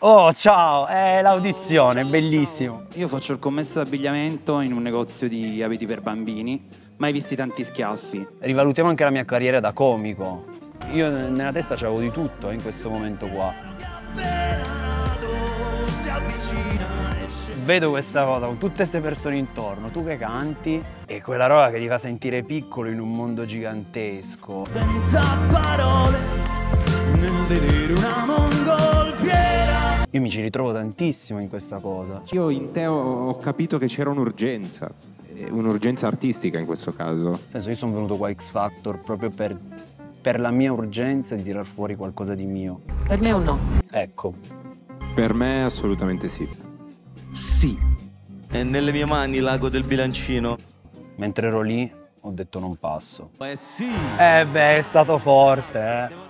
Oh, ciao, è l'audizione, bellissimo. Io faccio il commesso d'abbigliamento in un negozio di abiti per bambini, mai visti tanti schiaffi. Rivalutiamo anche la mia carriera da comico. Io nella testa c'avevo di tutto eh, in questo momento qua. Vedo questa cosa con tutte queste persone intorno, tu che canti e quella roba che ti fa sentire piccolo in un mondo gigantesco. senza parole nel vedere una mongolfiera Io mi ci ritrovo tantissimo in questa cosa. Io in te ho ho capito che c'era un'urgenza, eh, un'urgenza artistica in questo caso. Nel senso, io sono venuto qua a X Factor proprio per, per la mia urgenza di tirar fuori qualcosa di mio. Per me è un no. Ecco, Per me assolutamente sì. sì è nelle mie mani l'ago del bilancino mentre ero lì ho detto non passo. ma è sì Eh beh, è stato forte, eh.